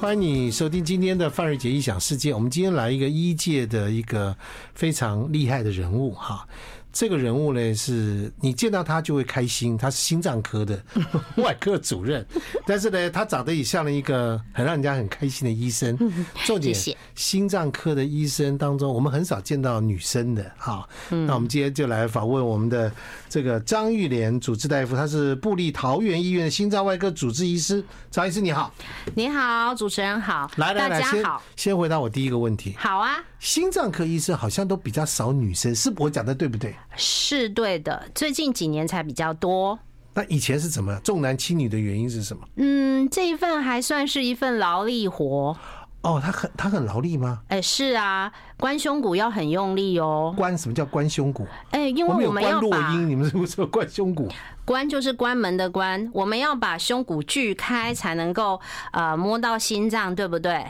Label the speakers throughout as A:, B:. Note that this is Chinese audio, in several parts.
A: 欢迎你收听今天的范瑞杰异想世界。我们今天来一个医界的一个非常厉害的人物哈。这个人物呢，是你见到他就会开心，他是心脏科的 外科主任，但是呢，他长得也像了一个很让人家很开心的医生。重点，
B: 谢谢
A: 心脏科的医生当中，我们很少见到女生的哈。
B: 嗯
A: 那我们今天就来访问我们的这个张玉莲主治大夫，他是布立桃园医院的心脏外科主治医师。张医师你好，
B: 你好，主持人好，
A: 来来
B: 大
A: 来，
B: 家
A: 先
B: 好，
A: 先回答我第一个问题，
B: 好啊，
A: 心脏科医生好像都比较少女生，是我讲的对不对？
B: 是对的，最近几年才比较多。
A: 那以前是怎么样重男轻女的原因是什么？
B: 嗯，这一份还算是一份劳力活。
A: 哦，他很他很劳力吗？
B: 哎，是啊，关胸骨要很用力哦。
A: 关什么叫关胸骨？
B: 哎，因
A: 我们
B: 为
A: 有
B: 我们
A: 关
B: 要
A: 落
B: 把
A: 音，你们是不是有关胸骨？
B: 关就是关门的关，我们要把胸骨锯开才能够呃摸到心脏，对不对？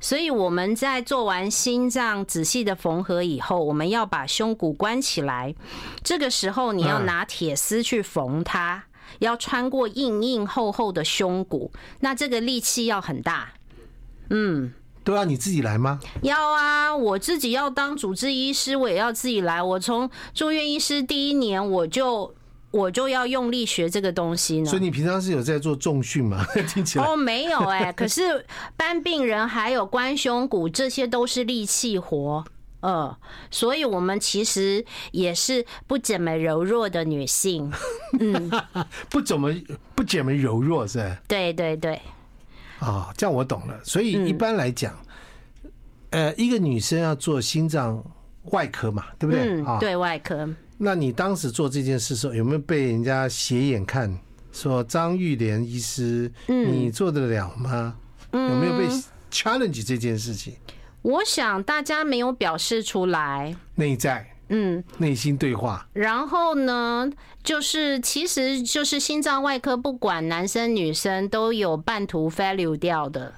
B: 所以我们在做完心脏仔细的缝合以后，我们要把胸骨关起来。这个时候你要
A: 嗯
B: 拿铁丝去缝它，要穿过硬硬厚厚的胸骨，那这个力气要很大。
A: 都啊要你自己来吗？
B: 要啊，我自己要当主治医师，我也要自己来。我从住院医师第一年我就。我就要用力学这个东西呢，
A: 所以你平常是有在做重训吗？ 听起来
B: 哦，没有哎、 可是搬病人还有关胸骨，这些都是力气活。呃，所以我们其实也是不怎么柔弱的 女性。
A: 不怎么不怎么柔弱是吧？
B: 对对对，
A: 啊、这样我懂了。所
B: 嗯
A: 以一般来讲，呃，一个女生要做心脏外科嘛，对不对？
B: 嗯
A: 啊，，
B: 对外科。
A: 那你当时做这件事的时候，有没有被人家斜眼看？说张玉莲医师，
B: 嗯
A: 你做得了吗？有没有被 challenge 这件事情？
B: 我想大家没有表示出来，
A: 内在、
B: 嗯，
A: 内心对话，
B: 然后呢，就是其实就是心脏外科，不管男生女生都有半途 value 掉的，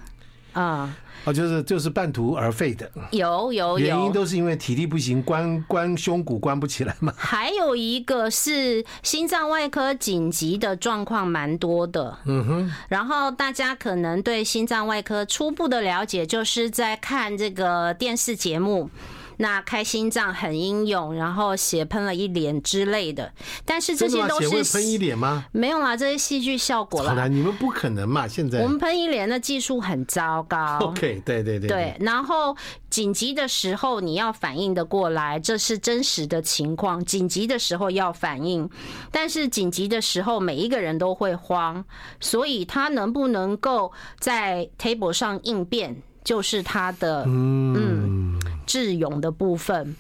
B: 啊、
A: 哦，就是就是半途而废的，
B: 有哦有有，
A: 原因都是因为体力不行，关关胸骨关不起来嘛。
B: 还有一个是心脏外科紧急的状况蛮多的，嗯哼。然后大家可能对心脏外科初步的了解，就是在看这个电视节目。那开心脏很英勇，然后血喷了一脸之类的，但是这
A: 真的吗
B: 些都
A: 血会
B: 是
A: 喷一脸吗？
B: 没有啦，这些戏剧效果
A: 好
B: 啦。
A: 难，你们不可能嘛！现在
B: 我们喷一脸的技术很糟 糕。
A: OK，对对对
B: 对，然后紧急的时候你要反应的过来，这是真实的情况。紧急的时候要反应，但是紧急的时候每一个人都会慌，所以他能不能够在 table 上应变，就是他的嗯智勇的部分。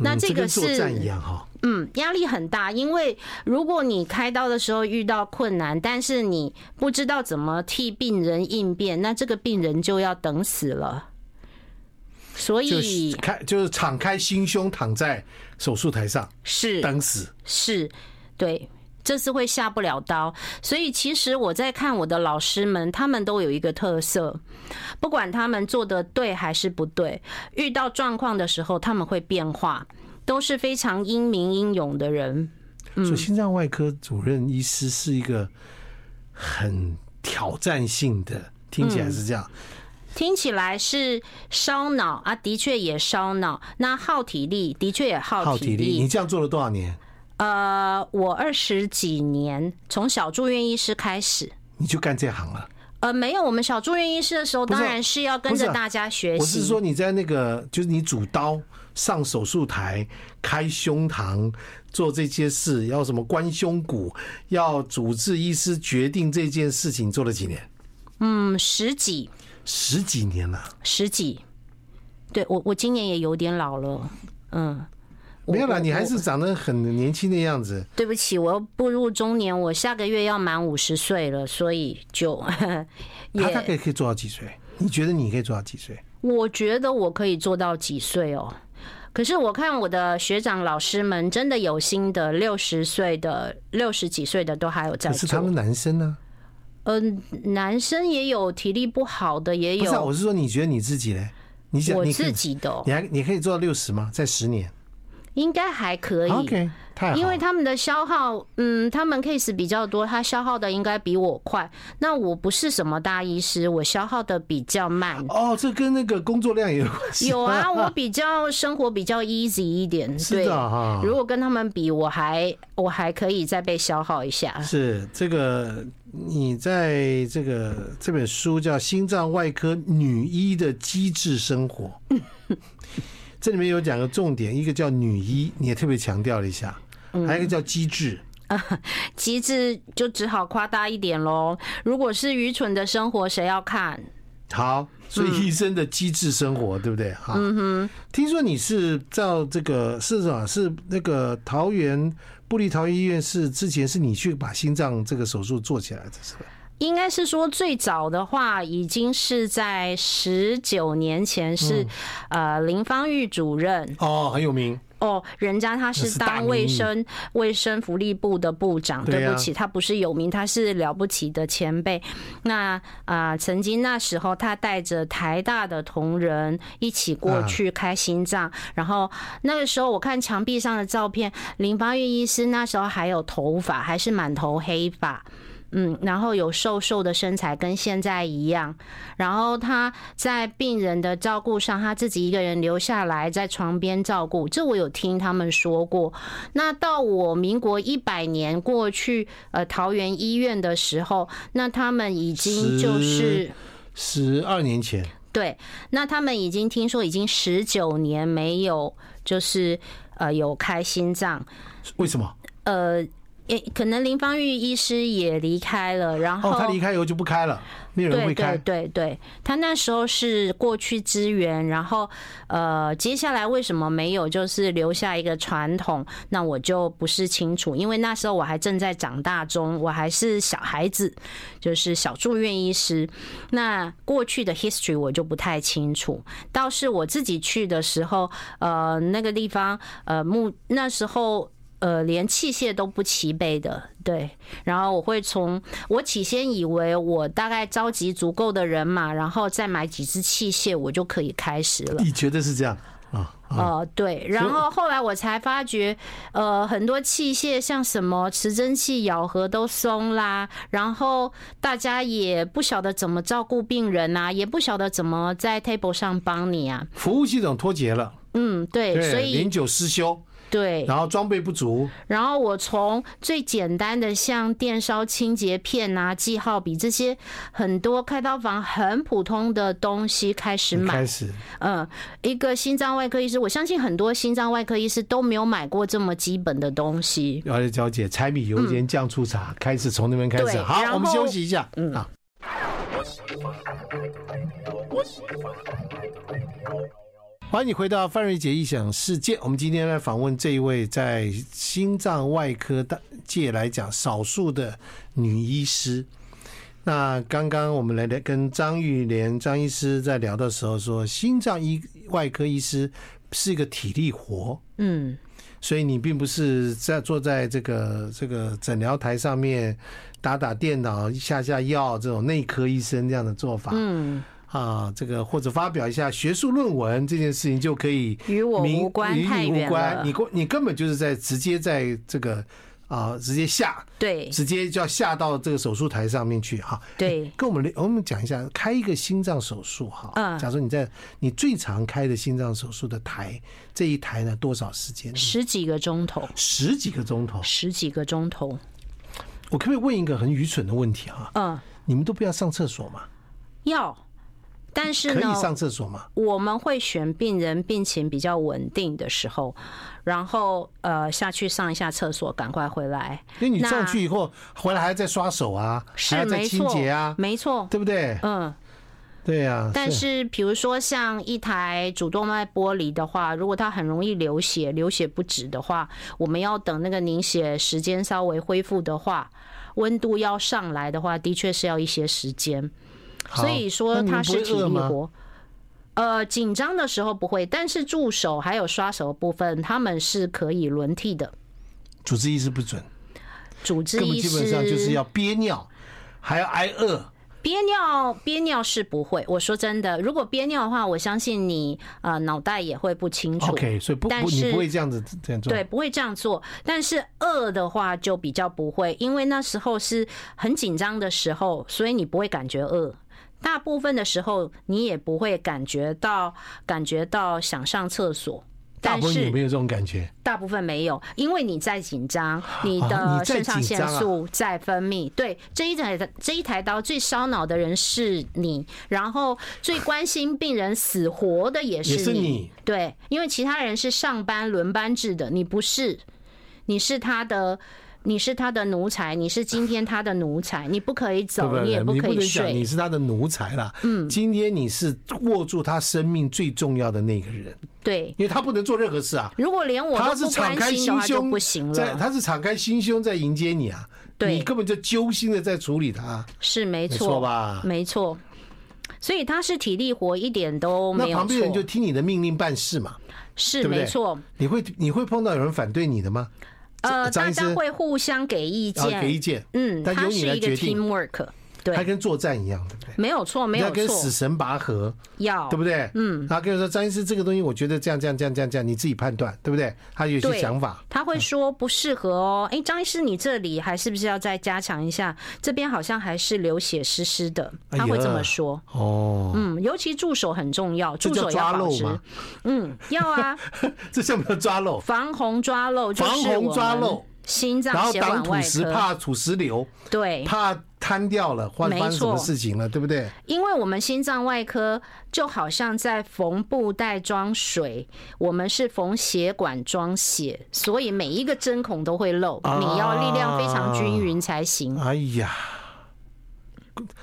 B: 那
A: 嗯
B: 这
A: 跟
B: 个
A: 作战一
B: 是
A: 样哈、
B: 嗯压力很大，因为如果你开刀的时候遇到困难，但是你不知道怎么替病人应变，那这个病人就要等死了。所
A: 就是
B: 以
A: 开就是敞开心胸躺在手术台上
B: 是
A: 等死。
B: 是，对，这次会下不了刀。所以其实我在看我的老师们，他们都有一个特色，不管他们做的对还是不对，遇到状况的时候他们会变化，都是非常英明英勇的人。嗯
A: 所以心脏外科主任医师是一个很挑战性的，听起来是这
B: 嗯
A: 样。
B: 听起来是烧脑啊，的确也烧脑，那耗体力的确也耗
A: 耗体
B: 体
A: 力，
B: 力。
A: 你这样做了多少年？
B: 呃，我二十几年从小住院医师开始。
A: 你就干这行了？
B: 呃，没有，我们小住院医师的时候，
A: 不是啊
B: 当然是要跟
A: 不是
B: 着
A: 啊
B: 大家学习。
A: 我是说你在那个，就是你主刀上手术台、开胸膛、做这些事，要什么关胸骨，要主治医师决定这件事情，做了几年？
B: 嗯，十几
A: 十几年了。
B: 十几，对我我今年也有点老了，嗯，我
A: 没有啦，
B: 我
A: 你还
B: 我
A: 是长得很年轻的样子。
B: 对不起，我又步入中年，我下个月要满五十岁了，所以就
A: 他大
B: 也
A: 概可以做到几岁？你觉得你可以做到几岁？
B: 我觉得我可以做到几岁哦。可是我看我的学长老师们真的有心的，六十岁的、六十几岁的都还有在
A: 可是他
B: 做。
A: 们男生呢？
B: 嗯、男生也有体力不好的，也
A: 不是、啊，
B: 有
A: 我是说你觉得你自己嘞？你想
B: 我
A: 你可
B: 自
A: 以，
B: 己的哦、
A: 你还你可以做到六十吗？在十年？
B: 应该还可以。
A: 啊 OK，太好了，
B: 因为他们的消耗，嗯，他们 case 比较多，他消耗的应该比我快。那我不是什么大医师，我消耗的比较慢。
A: 哦，这跟那个工作量也有关系。
B: 有啊，我比较生活比较 easy 一 点，
A: 是
B: 对。
A: 的哈，
B: 如果跟他们比，我还我还可以再被消耗一下。
A: 是这个，你在这个这本书叫《心脏外科女医的机智生活》， 这里面有两个重点，一个叫女医，你也特别强调了一下，
B: 嗯
A: 还有一个叫机智。
B: 极致就只好夸大一点喽。如果是愚蠢的生活，谁要看？
A: 好，所
B: 嗯
A: 以医生的机智生活，对不对？哈，听说你是照这个是什么？是那个桃园布利桃园医院是之前是你去把心脏这个手术做起来的，是吧？
B: 应该是说最早的话，已经是在十九年前是，呃，林芳玉主任
A: 哦，很有名，
B: 哦，人家他
A: 那是
B: 是
A: 大
B: 当
A: 名
B: 卫
A: 医
B: 生卫生福利部的部长，
A: 对
B: 对
A: 啊
B: 不起，他不是有名，他是了不起的前辈。那啊、呃曾经那时候他带着台大的同仁一起过
A: 啊
B: 去开心脏，然后那个时候我看墙壁上的照片，林发玉医师那时候还有头发，还是满头黑发。嗯，然后有瘦瘦的身材，跟现在一样。然后他在病人的照顾上，他自己一个人留下来在床边照顾，这我有听他们说过。那到我民国一百年过去，呃，桃园医院的时候，那他们已经就
A: 十
B: 是
A: 十二年前。
B: 对，那他们已经听说已经十九年没有就是呃有开心脏，
A: 为什么？
B: 呃。也可能林芳玉医师也离开了，然后、
A: 哦，他离开以后就不开了，没有人会
B: 对
A: 开
B: 对。对对，他那时候是过去支援，然后呃，接下来为什么没有，就是留下一个传统，那我就不是清楚，因为那时候我还正在长大中，我还是小孩子，就是小住院医师。那过去的 history 我就不太清楚，倒是我自己去的时候，呃，那个地方，呃，木那时候。呃，连器械都不齐备的，对。然后我会从我起先以为我大概召集足够的人马，然后再买几支器械，我就可以开始了。
A: 你觉得是这样啊？啊
B: 呃，对，然后后来我才发觉，呃，很多器械像什么持针器、咬合都松啦，然后大家也不晓得怎么照顾病人啊，也不晓得怎么在 table 上帮你啊。
A: 服务系统脱节了，
B: 嗯，对，所
A: 对，
B: 以
A: 零九失修，
B: 对，
A: 然后装备不足，
B: 然后我从最简单的像电烧清洁片啊、记号笔这些很多开刀房很普通的东西开始买
A: 开。始
B: 嗯，一个心脏外科医师，我相信很多心脏外科医师都没有买过这么基本的东西。
A: 了解了解，柴米油盐酱醋茶，开始从那边开始。
B: 对
A: 好
B: 然，后
A: 我们休息一下。嗯啊。欢迎你回到范瑞杰异想世界。我们今天来访问这一位在心脏外科大界来讲少数的女医师。那刚刚我们来聊跟张玉莲张医师在聊的时候说，心脏医外科医师是一个体力活，
B: 嗯，
A: 所以你并不是在坐在这个这个诊疗台上面打打电脑、下下药这种内科医生这样的做法。嗯。啊，这个或者发表一下学术论文这件事情就可以
B: 与我
A: 明
B: 无关
A: 与你
B: 太
A: 无
B: 远
A: 关
B: 了
A: 你过你根本就是在直接在这个啊、直接下，
B: 对
A: 直接就要下到这个手术台上面去哈。
B: 对，
A: 跟我们聊我们讲一下开一个心脏手术哈。
B: 嗯
A: 假如你在你最常开的心脏手术的台这一台呢多少时间呢？
B: 十几个钟头，
A: 十几个钟头。
B: 十几个钟头。
A: 我可不可以问一个很愚蠢的问题哈、
B: 嗯，
A: 你们都不要上厕所吗？
B: 要，但是
A: 可
B: 呢
A: 以，上厕所吗？
B: 我们会选病人病情比较稳定的时候，然后呃下去上一下厕所，赶快回来。
A: 因为你
B: 那
A: 上去以后回来还在刷手啊，还
B: 是
A: 要再
B: 没
A: 清
B: 错
A: 洁啊，
B: 没错，
A: 对不对？
B: 嗯。
A: 对啊。
B: 但是比如说像一台主动脉剥离的话，如果它很容易流血，流血不止的话，我们要等那个凝血时间稍微恢复的话，温度要上来的话，的确是要一些时间。
A: 好
B: 所以说
A: 那你们
B: 它
A: 不会
B: 是体
A: 饿
B: 力
A: 吗？
B: 活。呃，紧张的时候不会，但是助手还有刷手的部分，他们是可以轮替的。
A: 主治医师不准，
B: 主治
A: 根本
B: 医
A: 基本上就是
B: 师
A: 要憋尿，还要挨饿，
B: 憋尿憋尿是不会。我说真的，如果憋尿的话，我相信你呃脑袋也会不清楚。
A: OK，所以不
B: 但
A: 不，你
B: 是
A: 不会这样子这样做。
B: 对，不会这样做。但是饿的话就比较不会，因为那时候是很紧张的时候，所以你不会感觉饿。大部分的时候你也不会感觉到感觉到想上厕所，
A: 大
B: 但
A: 部分有
B: 是
A: 没有这种感觉？
B: 大部分没有，因为你在紧张，你
A: 啊你
B: 的
A: 在
B: 肾上
A: 紧
B: 腺
A: 张啊
B: 素在分泌。对，这一台这一台刀最烧脑的人是你，然后最关心病人死活的也
A: 也是
B: 是
A: 你
B: 对，因为其他人是上班轮班制的，你不是，你是他的，你是他的奴才，你是今天他的奴才，你不可以
A: 对
B: 走，
A: 不对？
B: 你也
A: 你不
B: 可以
A: 能讲你
B: 睡。
A: 是他的奴才啦。嗯，今天你是握住他生命最重要的那个人，
B: 对，
A: 因为他不能做任何事啊。
B: 如果连我
A: 他
B: 都
A: 是
B: 不
A: 敞
B: 关
A: 开
B: 心的
A: 心
B: 话，就
A: 胸
B: 不行
A: 在
B: 了。
A: 他是敞开心胸在迎接你啊，
B: 对
A: 你根本就揪心的在处理他，
B: 是没
A: 没错
B: 错，
A: 吧？
B: 没错。所以他是体力活，一点都没
A: 那
B: 有
A: 旁边人就
B: 错，
A: 听你的命令办事嘛，
B: 是
A: 对不对
B: 没错。
A: 你会你会碰到有人反对你的吗？
B: 呃，
A: 张
B: 大
A: 医师
B: 家会互相给意
A: 然后给意
B: 见，
A: 见，
B: 嗯，
A: 但由
B: 它
A: 你
B: 是
A: 来
B: 一个
A: 决定，
B: teamwork，
A: 还
B: 对，
A: 跟作战一样，对不对？
B: 没有错，没
A: 你要
B: 有
A: 跟死
B: 错，
A: 神拔河，
B: 要
A: 对不对？嗯，他跟你说张医师这个东西，我觉得这样这样这样这样这样，你自己判断，对不对？他有些
B: 对
A: 想法，
B: 他会说不适合哦，哎，张医师，你这里还是不是要再加强一下？这边好像还是流血湿湿的，
A: 哎
B: 他会这
A: 呀
B: 么说。
A: 哦，
B: 嗯，尤其助手很重要，
A: 这
B: 助手
A: 叫抓
B: 要保
A: 漏
B: 持
A: 吗。
B: 嗯，要啊，
A: 这像不叫抓漏？
B: 防红抓漏就
A: 防
B: 是
A: 红
B: 我
A: 抓
B: 们
A: 漏
B: 心
A: 然
B: 脏
A: 后
B: 血
A: 挡
B: 管
A: 土
B: 外
A: 石，
B: 科。
A: 怕土石流，
B: 对，
A: 怕瘫掉了，或
B: 没
A: 发生什么
B: 错
A: 事情了，对不对？
B: 因为我们心脏外科就好像在缝布袋装水，我们是缝血管装血，所以每一个针孔都会漏，
A: 啊
B: 你要力量非常均匀才行。
A: 哎呀，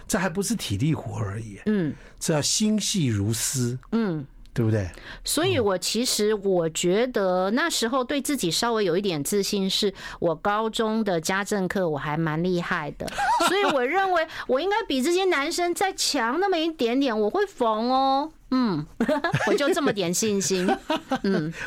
A: 这还不是体力活而已，
B: 嗯
A: 这要心细如丝，
B: 嗯。
A: 对不对？
B: 所以，我其实我觉得那时候对自己稍微有一点自信，是我高中的家政课我还蛮厉害 的，所以我认为我应该比这些男生再强那么一点点，我会缝哦。嗯， 我就这么点信心，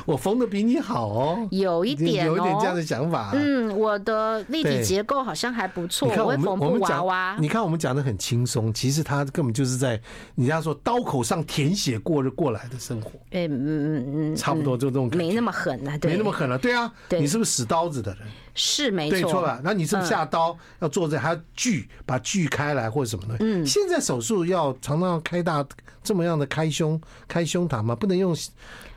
A: 我缝的比你好哦，
B: 有一点
A: 有一点这样
B: 哦。
A: 的想法。
B: 嗯，我的立
A: 对
B: 体结构好像还不错，
A: 你看
B: 我
A: 我
B: 会
A: 们
B: 缝
A: 我
B: 布
A: 们
B: 娃
A: 讲
B: 娃，。
A: 你看我们讲的很轻松，其实他根本就是在你这样说刀口上舔血过着过来的生活，
B: 嗯嗯嗯
A: 差不多就这种感觉，
B: 没那么狠啊，对，
A: 没那么狠了。对啊，
B: 对
A: 你是不是使刀子的人？
B: 是没
A: 对，错
B: 错嗯
A: 了。那你是不是下刀要做这，还要锯，把锯开来或者什么东西？嗯，现在手术要常常要开大这么样的开胸、开胸膛嘛，不能用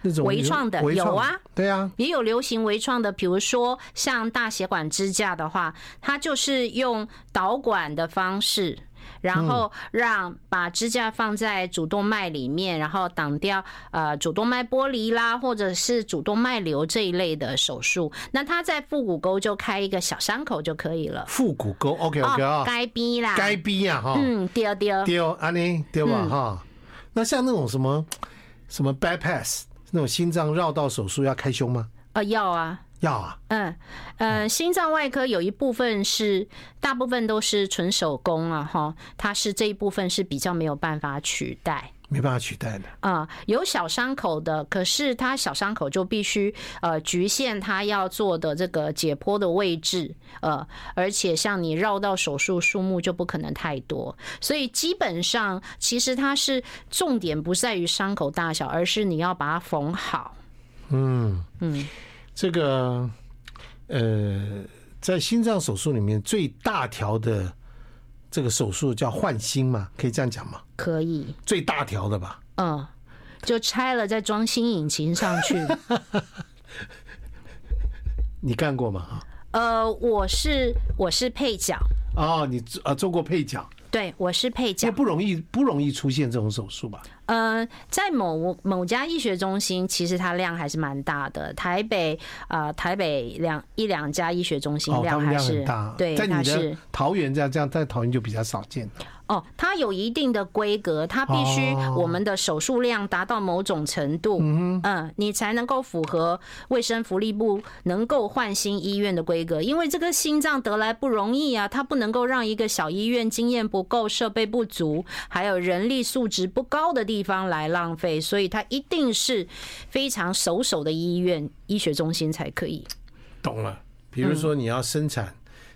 A: 那种
B: 微创的
A: 微创
B: 有啊，
A: 对啊，
B: 也有流行微创的，比如说像大血管支架的话，它就是用导管的方式。然后
A: 嗯
B: 让把支架放在主动脉里面，然后挡掉呃主动脉剥离啦，或者是主动脉瘤这一类的手术。那它在腹股沟就开一个小伤口就可以了。哦
A: 腹股沟 OK OK 啊，
B: 该逼啦，
A: 该逼啊哈，
B: 嗯，丢丢，
A: 丢安妮丢吧哈。那像那种什么什么 bypass 那种心脏绕道手术要开胸吗？
B: 呃，要啊，
A: 要啊，
B: 嗯，呃，心脏外科有一部分是，大部分都是纯手工啊，哈，它是这一部分是比较没有办法取代
A: 没办法取代的。
B: 啊、有小伤口的，可是它小伤口就必须呃局限它要做的这个解剖的位置，呃，而且像你绕到手术数目就不可能太多，所以基本上其实它是重点不在于伤口大小，而是你要把它缝好。
A: 这个呃，在心脏手术里面最大条的这个手术叫换心嘛，可以这样讲吗？
B: 可以，
A: 最大条的吧，
B: 嗯，就拆了再装新引擎上 去。
A: 你干过吗？啊
B: 呃，我是我是配角，
A: 哦，你做啊做过配角，
B: 对，我是配角
A: 这。不容易，不容易出现这种手术吧？
B: 呃，在某某家医学中心，其实它量还是蛮大的。台北啊、呃台北两一两家医学中心
A: 哦，他们
B: 还
A: 量
B: 是、
A: 很大，
B: 对，
A: 在你
B: 它
A: 的
B: 是
A: 桃园这样这样，在桃园就比较少见了。
B: 哦，它有一定的规格，它必须
A: 哦
B: 我们的手术量达到某种程度，嗯你才能够符合卫生福利部能够换新医院的规格。因为这个心脏得来不容易啊，它不能够让一个小医院经验不够、设备不足，还有人力素质不高的地方来浪费，所以它一定是非常熟手的医院、医学中心才可以。
A: 懂了，比如说你要生产，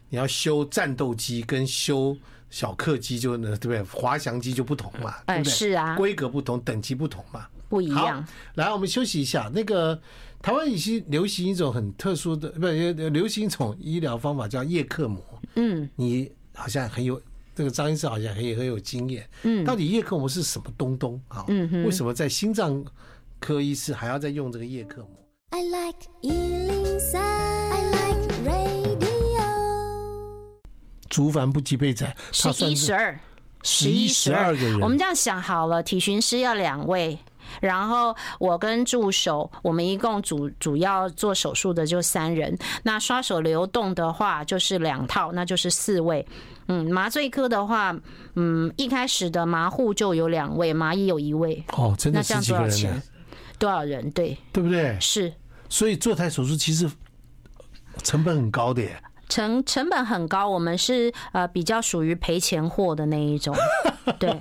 A: 你要修战斗机跟修小客机就对不对？滑翔机就不同嘛，对
B: 哎
A: 不对？
B: 是啊
A: 规格不同，等级不同嘛。
B: 不一
A: 好
B: 样。，
A: 来，我们休息一下。那个台湾已经流行一种很特殊的，不呃流行一种医疗方法叫叶克膜。
B: 嗯，
A: 你好像很有这个张医师好像很有很有经验。嗯，到底叶克膜是什么东东啊？嗯，为什么在心脏科医师还要再用这个叶克膜？
C: I like Ealing Sound. I like radio.
A: 竹凡不及备载，
B: 十
A: 它算
B: 一
A: 是
B: 十二，
A: 十一十二个人，
B: 我们这样想好了，体巡师要两位，然后我跟助手，我们一共主主要做手术的就三人。那刷手流动的话就是两套，那就是四位。嗯，麻醉科的话，嗯，一开始的麻护就有两位，麻医有一位，
A: 哦，真的
B: 那这
A: 十
B: 样
A: 几
B: 多
A: 个
B: 少
A: 人
B: 钱
A: 呢，？
B: 多少人？对，
A: 对不对？
B: 是
A: 所以做台手术其实成本很高的耶。
B: 成成本很高，我们是呃比较属于赔钱货的那一种，对。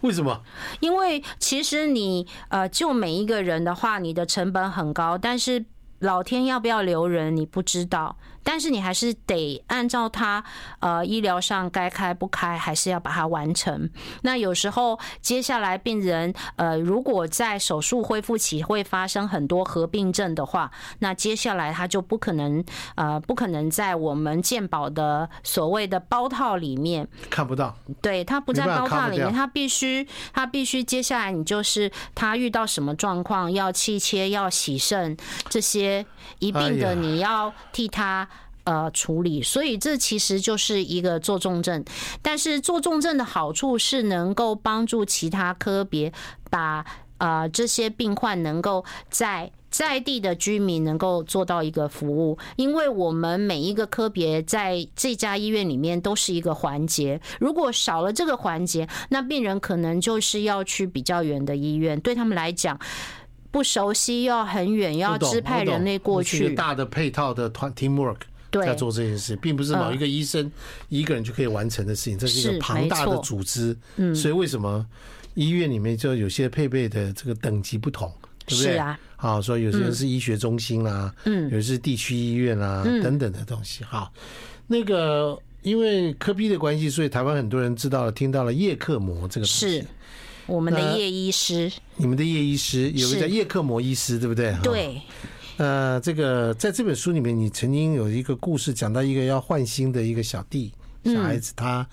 A: 为什么？
B: 因为其实你呃，就每一个人的话，你的成本很高，但是老天要不要留人你不知道，但是你还是得按照他呃医疗上该开不开，还是要把它完成。那有时候接下来病人呃，如果在手术恢复期会发生很多合并症的话，那接下来他就不可能呃不可能在我们健保的所谓的包套里面
A: 看不到，
B: 对他不
A: 没
B: 在
A: 办法
B: 包
A: cover
B: 套里
A: 掉
B: 面，他必须他必须接下来你就是他遇到什么状况要气切要洗肾这些一并
A: 哎呀
B: 的你要替他。呃，处理，所以这其实就是一个做重症，但是做重症的好处是能够帮助其他科别把呃这些病患能够在在地的居民能够做到一个服务，因为我们每一个科别在这家医院里面都是一个环节，如果少了这个环节，那病人可能就是要去比较远的医院，对他们来讲。不熟悉，要很远，要
A: 不懂
B: 支派
A: 不懂
B: 人力过
A: 这是一个
B: 去。
A: 大的配套的团 teamwork
B: 对
A: 在做这件事，并不是某
B: 嗯
A: 一个医生一个人就可以完成的事情，这是一
B: 是
A: 个庞大的
B: 没错
A: 组织。嗯，所以为什么医院里面就有些配备的这个等级不同，对不对？
B: 是啊，
A: 好，所以有些人是医学中心啦，
B: 嗯
A: 有的是地区医院啦，等等的东西。好，那个因为科比的关系，所以台湾很多人知道了，听到了叶克膜这个东西
B: 是我们
A: 那
B: 的叶医师，
A: 你们的叶医师有个
B: 是
A: 叫叶克膜医师，对不对？哈
B: 对，
A: 呃，这个在这本书里面，你曾经有一个故事，讲到一个要换心的一个小弟
B: 嗯
A: 小孩子，他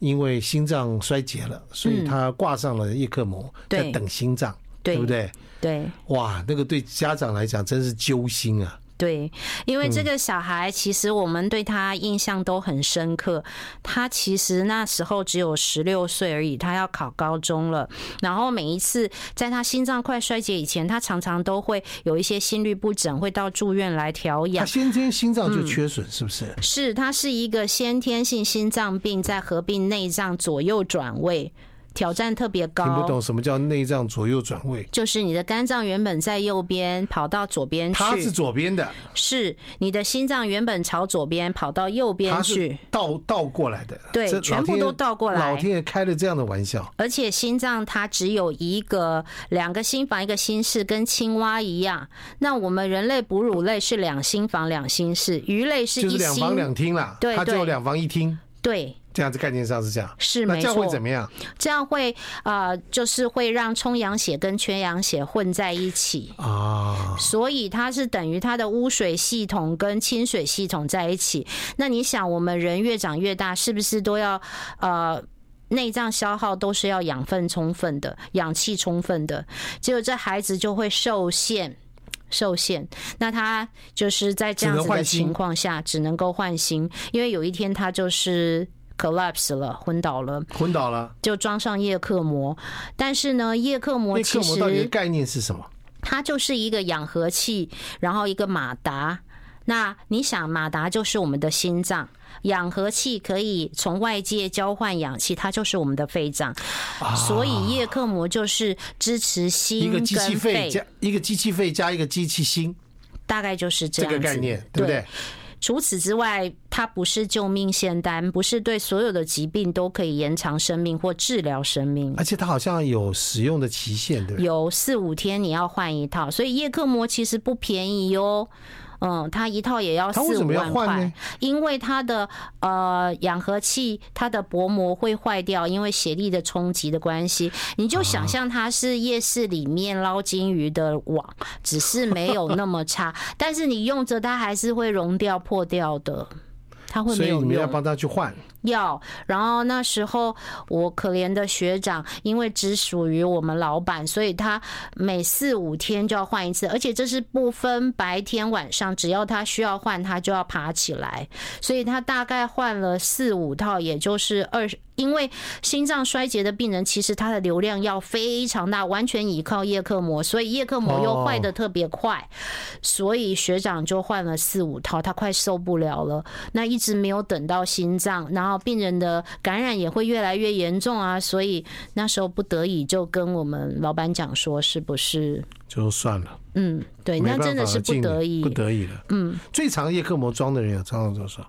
A: 因为心脏衰竭了，所以他挂上了叶克膜，
B: 对
A: 在等心脏，
B: 对
A: 不对？
B: 对
A: 哇，那个对家长来讲真是揪心啊！
B: 对，因为
A: 嗯
B: 这个小孩，其实我们对他印象都很深刻。他其实那时候只有十六岁而已，他要考高中了。然后每一次在他心脏快衰竭以前，他常常都会有一些心律不整，会到住院来调
A: 他
B: 养。
A: 先天心脏就缺损，是不是？
B: 是，他是一个先天性心脏病，在合并内脏左右转位，挑战特别高。
A: 听不懂什么叫内脏左右转位，
B: 就是你的肝脏原本在右边，跑到左边去。
A: 他是左边的，
B: 是你的心脏原本朝左边，跑到右
A: 他
B: 边
A: 是
B: 去，
A: 倒倒过来的，
B: 对
A: 这老
B: 全部
A: 天
B: 都倒过来
A: 老天爷开了这样的玩笑，
B: 而且心脏它只有一个两个心房一个心室，跟青蛙一样。那我们人类哺乳类是两心房两心室，鱼类是
A: 就
B: 一
A: 是两房
B: 心。
A: 两厅啦，
B: 对
A: 他只有
B: 对
A: 两房一厅，
B: 对，
A: 这样子概念上是这样。
B: 是
A: 那
B: 没
A: 这样会
B: 错
A: 怎。么样？
B: 这样会呃，就是会让冲氧血跟缺氧血混在一起。
A: 啊，
B: 所以它是等于它的污水系统跟清水系统在一起。那你想，我们人越长越大，是不是都要呃？内脏消耗都是要养分充分的，氧气充分的，结果这孩子就会受限，受限。那他就是在这样
A: 只能
B: 子的
A: 换心
B: 情况下，只能够换心，因为有一天他就是 collapse 了，昏倒了，
A: 昏倒了。
B: 就装上叶克膜。但是呢，叶克膜
A: 那
B: 其
A: 克
B: 实
A: 膜到底的概念是什么？
B: 它就是一个氧合器，然后一个马达。那你想，马达就是我们的心脏，氧合器可以从外界交换氧气，它就是我们的肺脏。所以叶克膜就是支持
A: 啊一
B: 心
A: 个机器
B: 跟
A: 肺
B: 肺，
A: 加一个机器肺加一个机器心，
B: 大概就是这
A: 这
B: 样
A: 个
B: 子
A: 概念对不对？
B: 除此之外，它不是救命仙丹，不是对所有的疾病都可以延长生命或治疗生命。
A: 而且它好像有使用的期限，对不对？
B: 有四五天你要换一套，所以叶克膜其实不便宜哟。嗯，它一套也要
A: 它为
B: 四
A: 什
B: 五
A: 么要
B: 万
A: 换
B: 块
A: 呢，
B: 因为它的呃氧合器它的薄膜会坏掉，因为血力的冲击的关系，你就想象它是夜市里面捞金鱼的网，只是没有那么差，但是你用着它还是会溶掉破掉的，它会
A: 所
B: 没
A: 以
B: 有
A: 你们要
B: 用。
A: 帮他去换，
B: 要，然后那时候我可怜的学长，因为只属于我们老板，所以他每四五天就要换一次，而且这是不分白天晚上，只要他需要换，他就要爬起来，所以他大概换了四五套，也就是二十。因为心脏衰竭的病人，其实他的流量要非常大，完全依靠叶克膜，所以叶克膜又坏的特别快。所以学长就换了四五套，他快受不了了。那一直没有等到心脏，然后病人的感染也会越来越严重啊，所以那时候不得已就跟我们老板讲说，是不是？
A: 就算了，
B: 嗯，对，
A: 没
B: 那
A: 办法
B: 真的
A: 了，
B: 是不
A: 尽力
B: 得已，
A: 不得已了。嗯，最长叶克膜装的人有装到多少？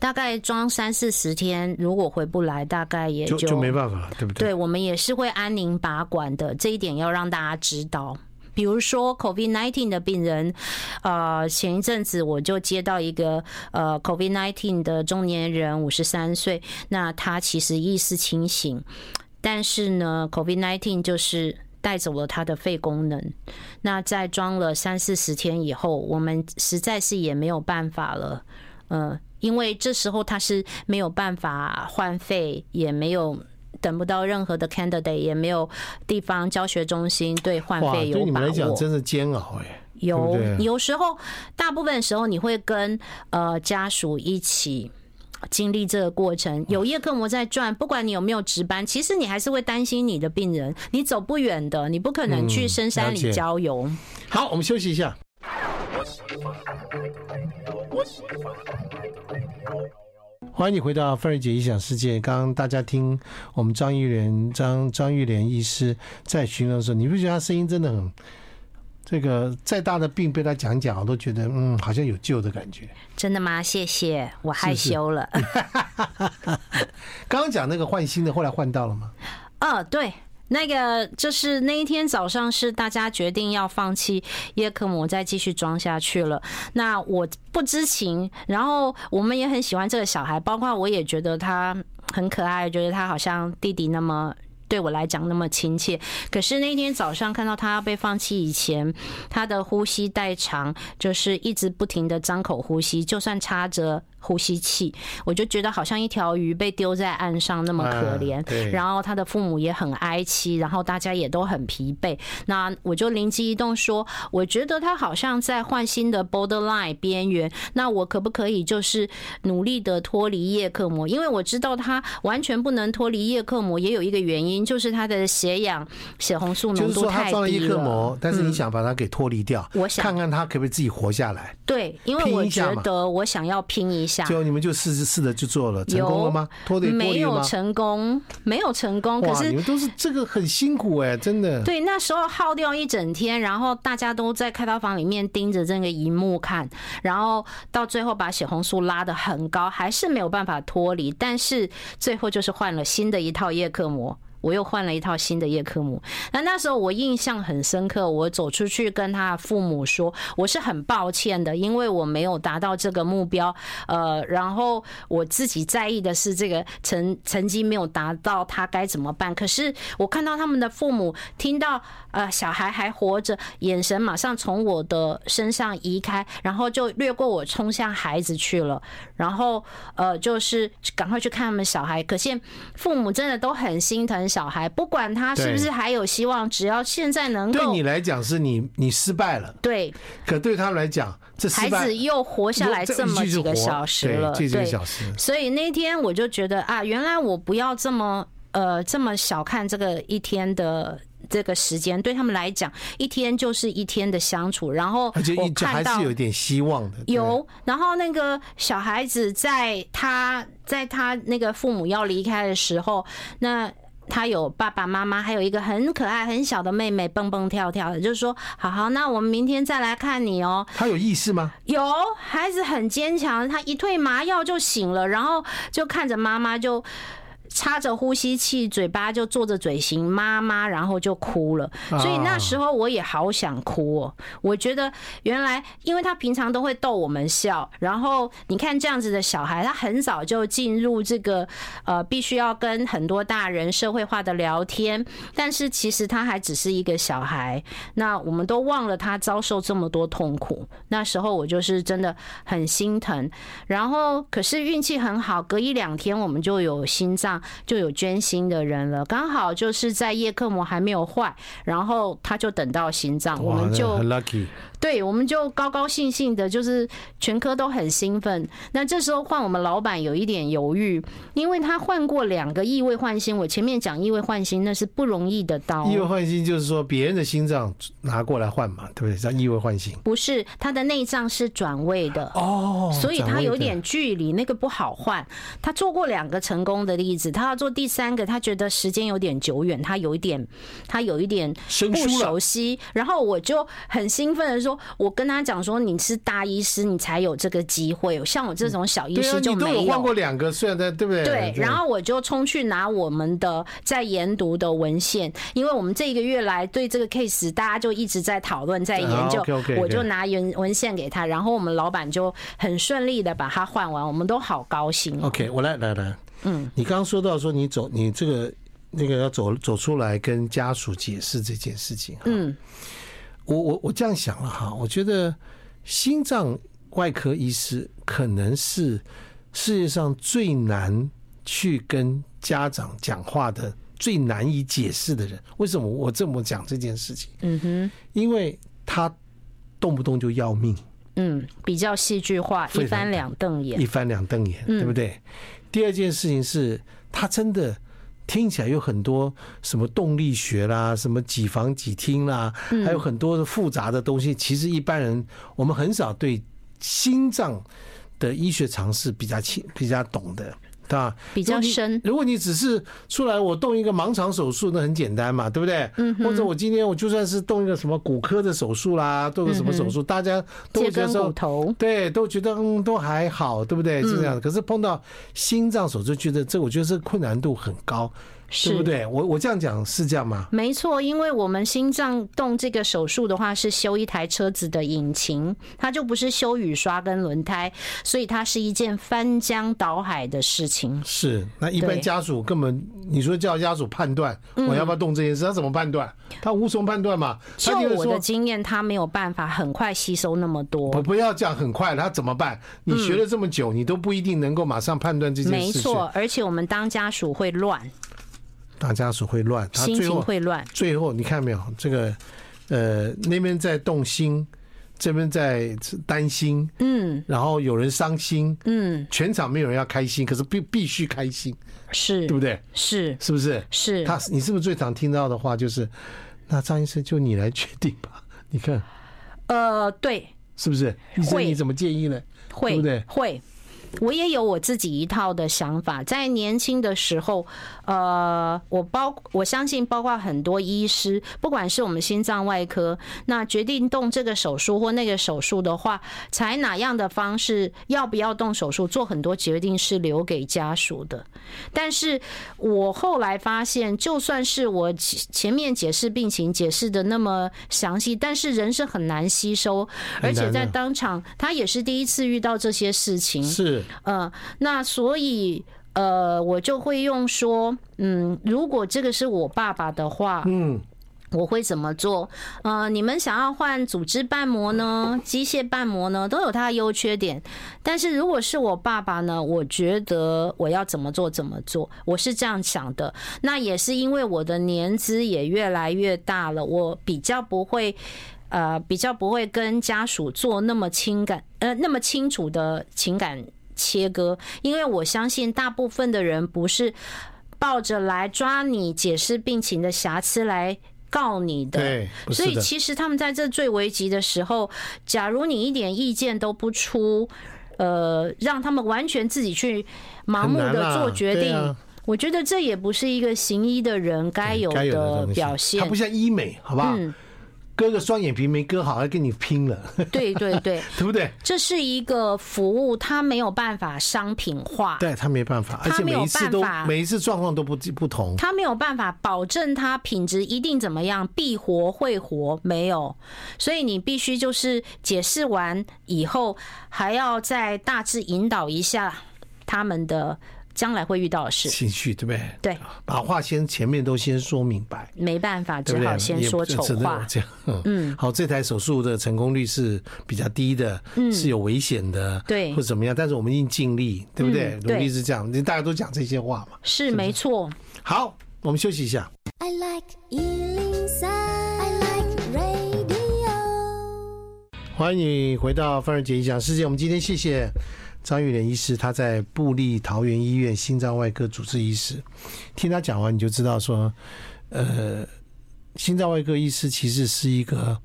B: 大概装三四十天，如果回不来，大概也
A: 就就没办法了，对不对？
B: 对我们也是会安宁把管的，这一点要让大家知道。比如说 COVID-19 的病人，呃，前一阵子我就接到一个呃 COVID-19 的中年人，五十三岁，那他其实意识清醒，但是呢，COVID-19 就是带走了他的肺功能。那在装了三四十天以后，我们实在是也没有办法了，嗯，因为这时候他是没有办法换肺，也没有等不到任何的 candidate，也没有地方教学中心对换
A: 哇，
B: 肺
A: 对
B: 有
A: 你
B: 把
A: 们来讲
B: 握。
A: 真是煎熬哎。对
B: 有
A: 不对
B: 有时候，大部分时候你会跟呃家属一起。经历这个过程，有叶克膜在转，不管你有没有值班，其实你还是会担心你的病人，你走不远的，你不可能去深山
A: 嗯了解
B: 里郊游。
A: 好，我们休息一下。欢迎你回到范瑞杰异想世界。刚刚大家听我们张玉莲张张玉莲医师在询问的时候，你不觉得他声音真的很这个再大的病被他讲一讲，我都觉得嗯好像有救的感觉。
B: 真的吗？谢谢，我害
A: 是
B: 羞了。
A: 刚刚讲那个换新的，后来换到了吗？
B: 呃，对，那个就是那一天早上是大家决定要放弃叶克膜再继续装下去了。那我不知情，然后我们也很喜欢这个小孩，包括我也觉得他很可爱，觉得他好像弟弟那么。对我来讲那么亲切，可是那天早上看到他要被放弃以前，他的呼吸代偿就是一直不停的张口呼吸，就算插着呼吸器，我就觉得好像一条鱼被丢在岸上那么可
A: 啊
B: 怜。
A: 对
B: 然后他的父母也很哀戚，然后大家也都很疲惫。那我就灵机一动说，我觉得他好像在换新的 borderline 边缘，那我可不可以就是努力的脱离叶克膜？因为我知道他完全不能脱离叶克膜，也有一个原因，就是他的血氧、血红素
A: 就
B: 浓
A: 是
B: 度
A: 说
B: 太
A: 他
B: 低
A: 装了叶克膜，但是你
B: 嗯
A: 想把它给脱离掉，
B: 我想
A: 看看他可不可以自己活下来。
B: 对，因为
A: 拼
B: 我
A: 一下
B: 觉
A: 嘛
B: 得我想要拼一下。
A: 就你们就试试试着就做了，成
B: 有
A: 功了吗？脱离脱
B: 没
A: 离了
B: 有
A: 吗？
B: 成功，没有成功。可
A: 哇，
B: 是
A: 你们都是这个很辛苦哎、真的。
B: 对，那时候耗掉一整天，然后大家都在开刀房里面盯着这个荧幕看，然后到最后把血红素拉得很高，还是没有办法脱离。但是最后就是换了新的一套叶克膜。我又换了一套新的叶克膜。那那时候我印象很深刻，我走出去跟他的父母说，我是很抱歉的，因为我没有达到这个目标，呃，然后我自己在意的是这个成成绩没有达到，他该怎么办？可是我看到他们的父母听到呃小孩还活着，眼神马上从我的身上移开，然后就掠过我冲向孩子去了，然后呃就是赶快去看他们小孩，可见父母真的都很心疼小孩，不管他是不
A: 对
B: 是还有希望，只要现在能
A: 对
B: 够
A: 你来讲是你你失败了，
B: 对
A: 可对他们来讲这失
B: 孩
A: 败
B: 子又活下来
A: 这
B: 这
A: 一句
B: 么几
A: 就
B: 个
A: 活
B: 小时了，
A: 对，这几
B: 对
A: 个。小时。
B: 所以那天我就觉得啊，原来我不要这么呃这么小看这个一天的。这个时间对他们来讲，一天就是一天的相处。然后
A: 而且
B: 我
A: 一就
B: 看
A: 还
B: 到
A: 是有一点希望的，对
B: 有，然后那个小孩子在他在他那个父母要离开的时候，那他有爸爸妈妈，还有一个很可爱很小的妹妹，蹦蹦跳跳的，就是说，好好，那我们明天再来看你哦、
A: 他有意识吗？
B: 有孩子很坚强，他一退麻药就醒了，然后就看着妈妈就。插着呼吸器，嘴巴就做着嘴型妈妈，然后就哭了。所以那时候我也好想哭哦。我觉得原来，因为他平常都会逗我们笑，然后你看这样子的小孩，他很早就进入这个呃，必须要跟很多大人社会化的聊天，但是其实他还只是一个小孩。那我们都忘了他遭受这么多痛苦。那时候我就是真的很心疼。然后可是运气很好，隔一两天我们就有心脏就有捐心的人了，刚好就是在叶克膜还没有坏，然后他就等到心脏，我
A: 哇
B: 们
A: 那
B: 就
A: 很 lucky，
B: 对，我们就高高兴兴的，就是全科都很兴奋。那这时候换我们老板有一点犹豫，因为他换过两个异位换心。我前面讲异位换心，那是不容易的刀。哦
A: 意外换心就是说别人的心脏拿过来换嘛，对不对？叫意外换心。
B: 不是他的内脏是转位的，
A: 哦，
B: 所以
A: 掌
B: 他
A: 握
B: 有
A: 一个
B: 点距离，那个不好换。他做过两个成功的例子，他要做第三个，他觉得时间有点久远，他有一点，他有一点
A: 生
B: 不
A: 疏了
B: 熟悉。然后我就很兴奋的说，我跟他讲说，你是大医师，你才有这个机会，像我这种小医
A: 对啊，
B: 师就
A: 你都
B: 没
A: 换过两个，虽然在对不对？
B: 对，然后我就冲去拿我们的在研读的文献，因为我们这一个月来对这个 case 大家就一直在讨论，在研究
A: 啊，OK，OK，OK，
B: 我就拿文文献给他，然后我们老板就很顺利的把它换完，我们都好高兴哦。
A: OK，我来来来，嗯，你刚刚说到说你走，你这个那个要走走出来跟家属解释这件事情，嗯，我我我这样想了哈，我觉得心脏外科医师可能是世界上最难去跟家长讲话的、最难以解释的人。为什么我这么讲这件事情？
B: 嗯哼，
A: 因为他动不动就要命。
B: 嗯，比较戏剧化，
A: 非
B: 一
A: 常
B: 翻两瞪眼嗯
A: 一，翻两瞪眼，对不对？第二件事情是，他真的听起来有很多什么动力学啦，什么几房几厅啦，
B: 嗯
A: 还有很多的复杂的东西。其实一般人我们很少对心脏的医学常识比较清、比较懂的。对吧？
B: 比较深
A: 如果你只是出来，我动一个盲肠手术，那很简单嘛，对不对？嗯。或者我今天我就算是动一个什么骨科的手术啦，动个什么手术，大家都
B: 借
A: 会觉得
B: 嗯根
A: 说
B: 骨头。
A: 对，都觉得嗯都还好，对不
B: 嗯
A: 对？是这样的。可是碰到心脏手术，觉得这我觉得这困难度很高，
B: 是
A: 对不对？我我这样讲是这样吗？
B: 没错，因为我们心脏动这个手术的话，是修一台车子的引擎，它就不是修雨刷跟轮胎，所以它是一件翻江倒海的事情。
A: 是，那一般
B: 对嗯
A: 家属根本你说叫家属判断我要不要动这件事，他怎么判断？他无从判断嘛。他
B: 就
A: 就会
B: 我的
A: 说
B: 经验，他没有办法很快吸收那么
A: 我
B: 多。
A: 不要讲很快，他怎么办？你学了这么久，你都不一定能够马上判断这件
B: 没
A: 事情。
B: 错，，而且我们当家属会乱，
A: 大家属会乱，他
B: 心
A: 最
B: 情
A: 后
B: 会乱。
A: 最后你看没有，这个呃那边在动心，这边在担心，
B: 嗯
A: 然后有人伤心，
B: 嗯，
A: 全场没有人要开心，可是必必须开心，
B: 是
A: 对不对？
B: 是
A: 是不是？
B: 是，
A: 他你是不是最常听到的话就是，那张医生就你来决定吧？ 你看
B: 呃，对，
A: 是不是？医生
B: 会
A: 你怎么建议呢？
B: 会
A: 对不对
B: 会。我也有我自己一套的想法，在年轻的时候，呃，我包我相信包括很多医师，不管是我们心脏外科，那决定动这个手术或那个手术的话，采哪样的方式，要不要动手术，做很多决定是留给家属的。但是我后来发现，就算是我前前面解释病情解释的那么详细，但是人是很难吸收，而
A: 很难
B: 且在
A: 的
B: 当场他也是第一次遇到这些事情，
A: 是
B: 嗯，那所以呃，我就会用说，嗯，如果这个是我爸爸的话，
A: 嗯，
B: 我会怎么做？呃，你们想要换组织瓣膜呢，机械瓣膜呢，都有它的优缺点。但是如果是我爸爸呢，我觉得我要怎么做怎么做，我是这样想的。那也是因为我的年资也越来越大了，我比较不会。呃，比较不会跟家属做那么情感呃那么清楚的情感切割，因为我相信大部分的人不是抱着来抓你解释病情的瑕疵来告你的。
A: 对，不
B: 所
A: 是
B: 以
A: 的，
B: 其实他们在这最危急的时候，假如你一点意见都不出，呃，让他们完全自己去盲
A: 很
B: 目
A: 难
B: 的
A: 啦
B: 做决
A: 对
B: 定，
A: 啊
B: 我觉得这也不是一个行医的人该有
A: 该有的
B: 的
A: 东西
B: 表现
A: 它不。像医美，好不好？
B: 嗯，
A: 割个双眼皮没割好，还跟你拼了，
B: 对对对，
A: 对不对？
B: 这是一个服务，它没有办法商品化，
A: 对他没办法，而
B: 他
A: 且每
B: 没有
A: 一次都
B: 办法
A: 每一次状况都不不同。
B: 它没有办法保证它品质一定怎么样，必活会活没有，所以你必须就是解释完以后，还要再大致引导一下他们的将来会遇到的事。
A: 情绪，对不对？
B: 对，
A: 把话先前面都先说明白，
B: 没办法，
A: 对
B: 只
A: 不对？
B: 好先说
A: 也
B: 丑
A: 只能
B: 话。
A: 这样。嗯，好，这台手术的成功率是比较低的，是有危险的，
B: 嗯对
A: 或者怎么样？但是我们已经尽力，对不对？
B: 嗯
A: 努
B: 对
A: 力是这样，大家都讲这些话嘛。
B: 是没错，
A: 好，我们休息一下。
C: I like Ealing Sound. I like radio.
A: 欢迎你回到范儿姐一讲世界。我们今天谢谢张玉莲医师，他在布利桃园医院心脏外科主治医师。听他讲完，你就知道说，呃，心脏外科医师其实是一个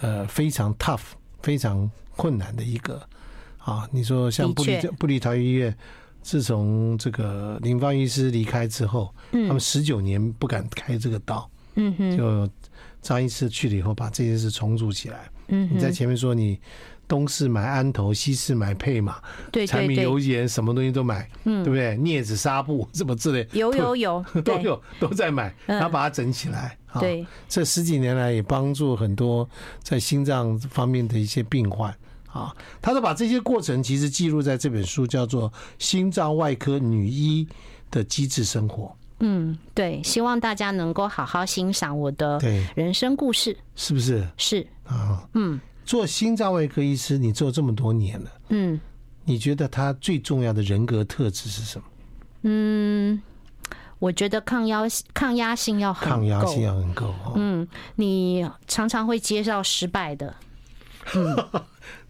A: 呃非常 tough、非常困难的一个啊。你说像布利
B: 的确
A: 布利桃园医院，自从这个林芳医师离开之后，他们十九年不敢开这个刀，
B: 嗯哼，
A: 就张医师去了以后，把这件事重组起来。
B: 嗯
A: 你在
B: 哼，
A: 前面说你东市买安头，西市买配马，
B: 对
A: 柴
B: 对
A: 米油
B: 对，
A: 盐什么东西都买，对不对？镊子、纱布 什么之类，
B: 有有有，
A: 都
B: 对嗯
A: 有都在买，然后把它整起来。啊
B: 对，
A: 这十几年来也帮助很多在心脏方面的一些病患啊，他都把这些过程其实记录在这本书，叫做《心脏外科女医的机智生活
B: 嗯对，希望大家能够好好欣赏我》，的
A: 对，
B: 人生故事，
A: 是不是
B: 是，
A: 啊？
B: 嗯
A: 做心脏外科医师，你做这么多年了。
B: 嗯。
A: 你觉得他最重要的人格特质是什么？
B: 我觉得抗压抗压性要很
A: 抗压性
B: 够。
A: 要很够哦。
B: 嗯，你常常会接到失败的，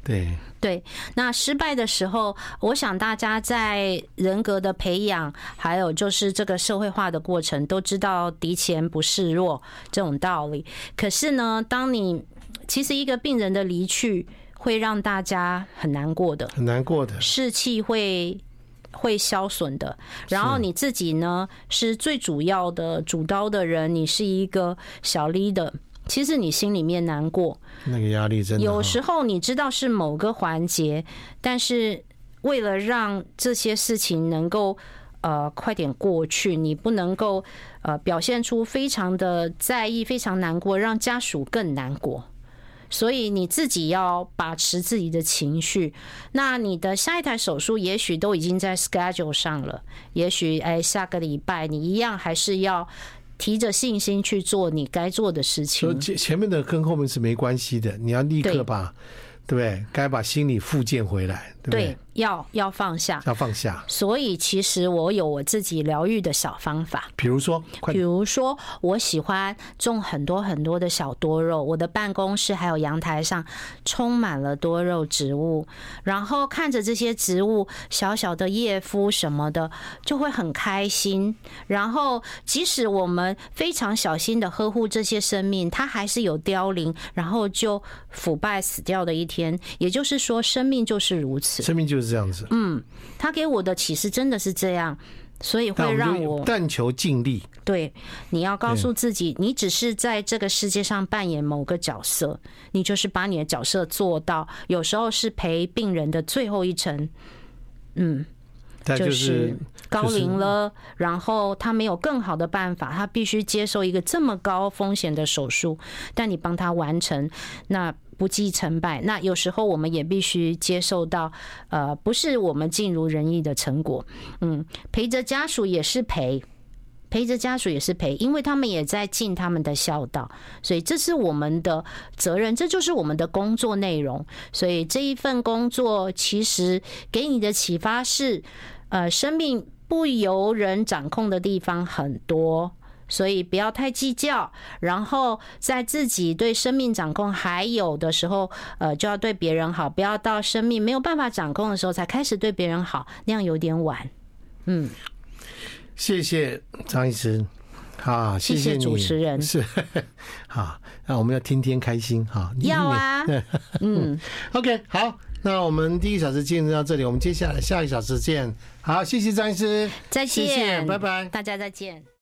A: 对，
B: 对。那失败的时候，我想大家在人格的培养，还有就是这个社会化的过程，都知道敌前不示弱这种道理。可是呢，当你其实一个病人的离去，会让大家很难过的。
A: 很难过的。
B: 士气会会消损的。然后
A: 是
B: 你自己呢是最主要的主刀的人，你是一个小 leader。其实你心里面难过，
A: 那个压力真的哦、
B: 有时候你知道是某个环节，但是为了让这些事情能够呃快点过去，你不能够呃表现出非常的在意、非常难过，让家属更难过。所以你自己要把持自己的情绪。那你的下一台手术也许都已经在 schedule 上了，也许哎下个礼拜你一样还是要提着信心去做你该做的事
A: 所以
B: 情。
A: 前前面的跟后面是没关系的，你要立刻
B: 对
A: 把，对不对？该把心理复健回来，对不对？
B: 对，要要放下。
A: 要放下。
B: 所以其实我有我自己疗愈的小方法，
A: 比如说，快
B: 比
A: 点
B: 如说我喜欢种很多很多的小多肉，我的办公室还有阳台上充满了多肉植物，然后看着这些植物小小的叶夫什么的，就会很开心。然后即使我们非常小心的呵护这些生命，它还是有凋零，然后就腐败死掉的一天。也就是说，生命就是如嗯此。
A: 生命就是这样子。
B: 他给我的启示真的是这样，所以
A: 但
B: 会让
A: 我
B: 我
A: 们就但求尽力，
B: 对你要告诉自己，你只是在这个世界上扮演某个角色，你就是把你的角色做到。有时候是陪病人的最后一程，嗯，
A: 但
B: 就
A: 就是
B: 高
A: 就是
B: 龄了，然后他没有更好的办法，他必须接受一个这么高风险的手术，但你帮他完成，那不计成败。那有时候我们也必须接受到，呃，不是我们尽如人意的成果。嗯，陪着家属也是陪。陪着家属也是陪，因为他们也在尽他们的孝道，所以这是我们的责任，这就是我们的工作内容。所以这一份工作其实给你的启发是，呃，生命不由人掌控的地方很多，所以不要太计较。然后在自己对生命掌控还有的时候，呃，就要对别人好，不要到生命没有办法掌控的时候才开始对别人好，那样有点晚。嗯，
A: 谢谢张医师，啊，谢
B: 谢
A: 你
B: 主持人
A: 是， 好，那我们要天天开心哈，你
B: 要 啊，嗯，
A: OK，好，那我们第一小时进入到这里，我们接下来下一小时见。好，谢谢张医师，
B: 再
A: 谢
B: 见，
A: 谢，拜拜。
B: 大家再见。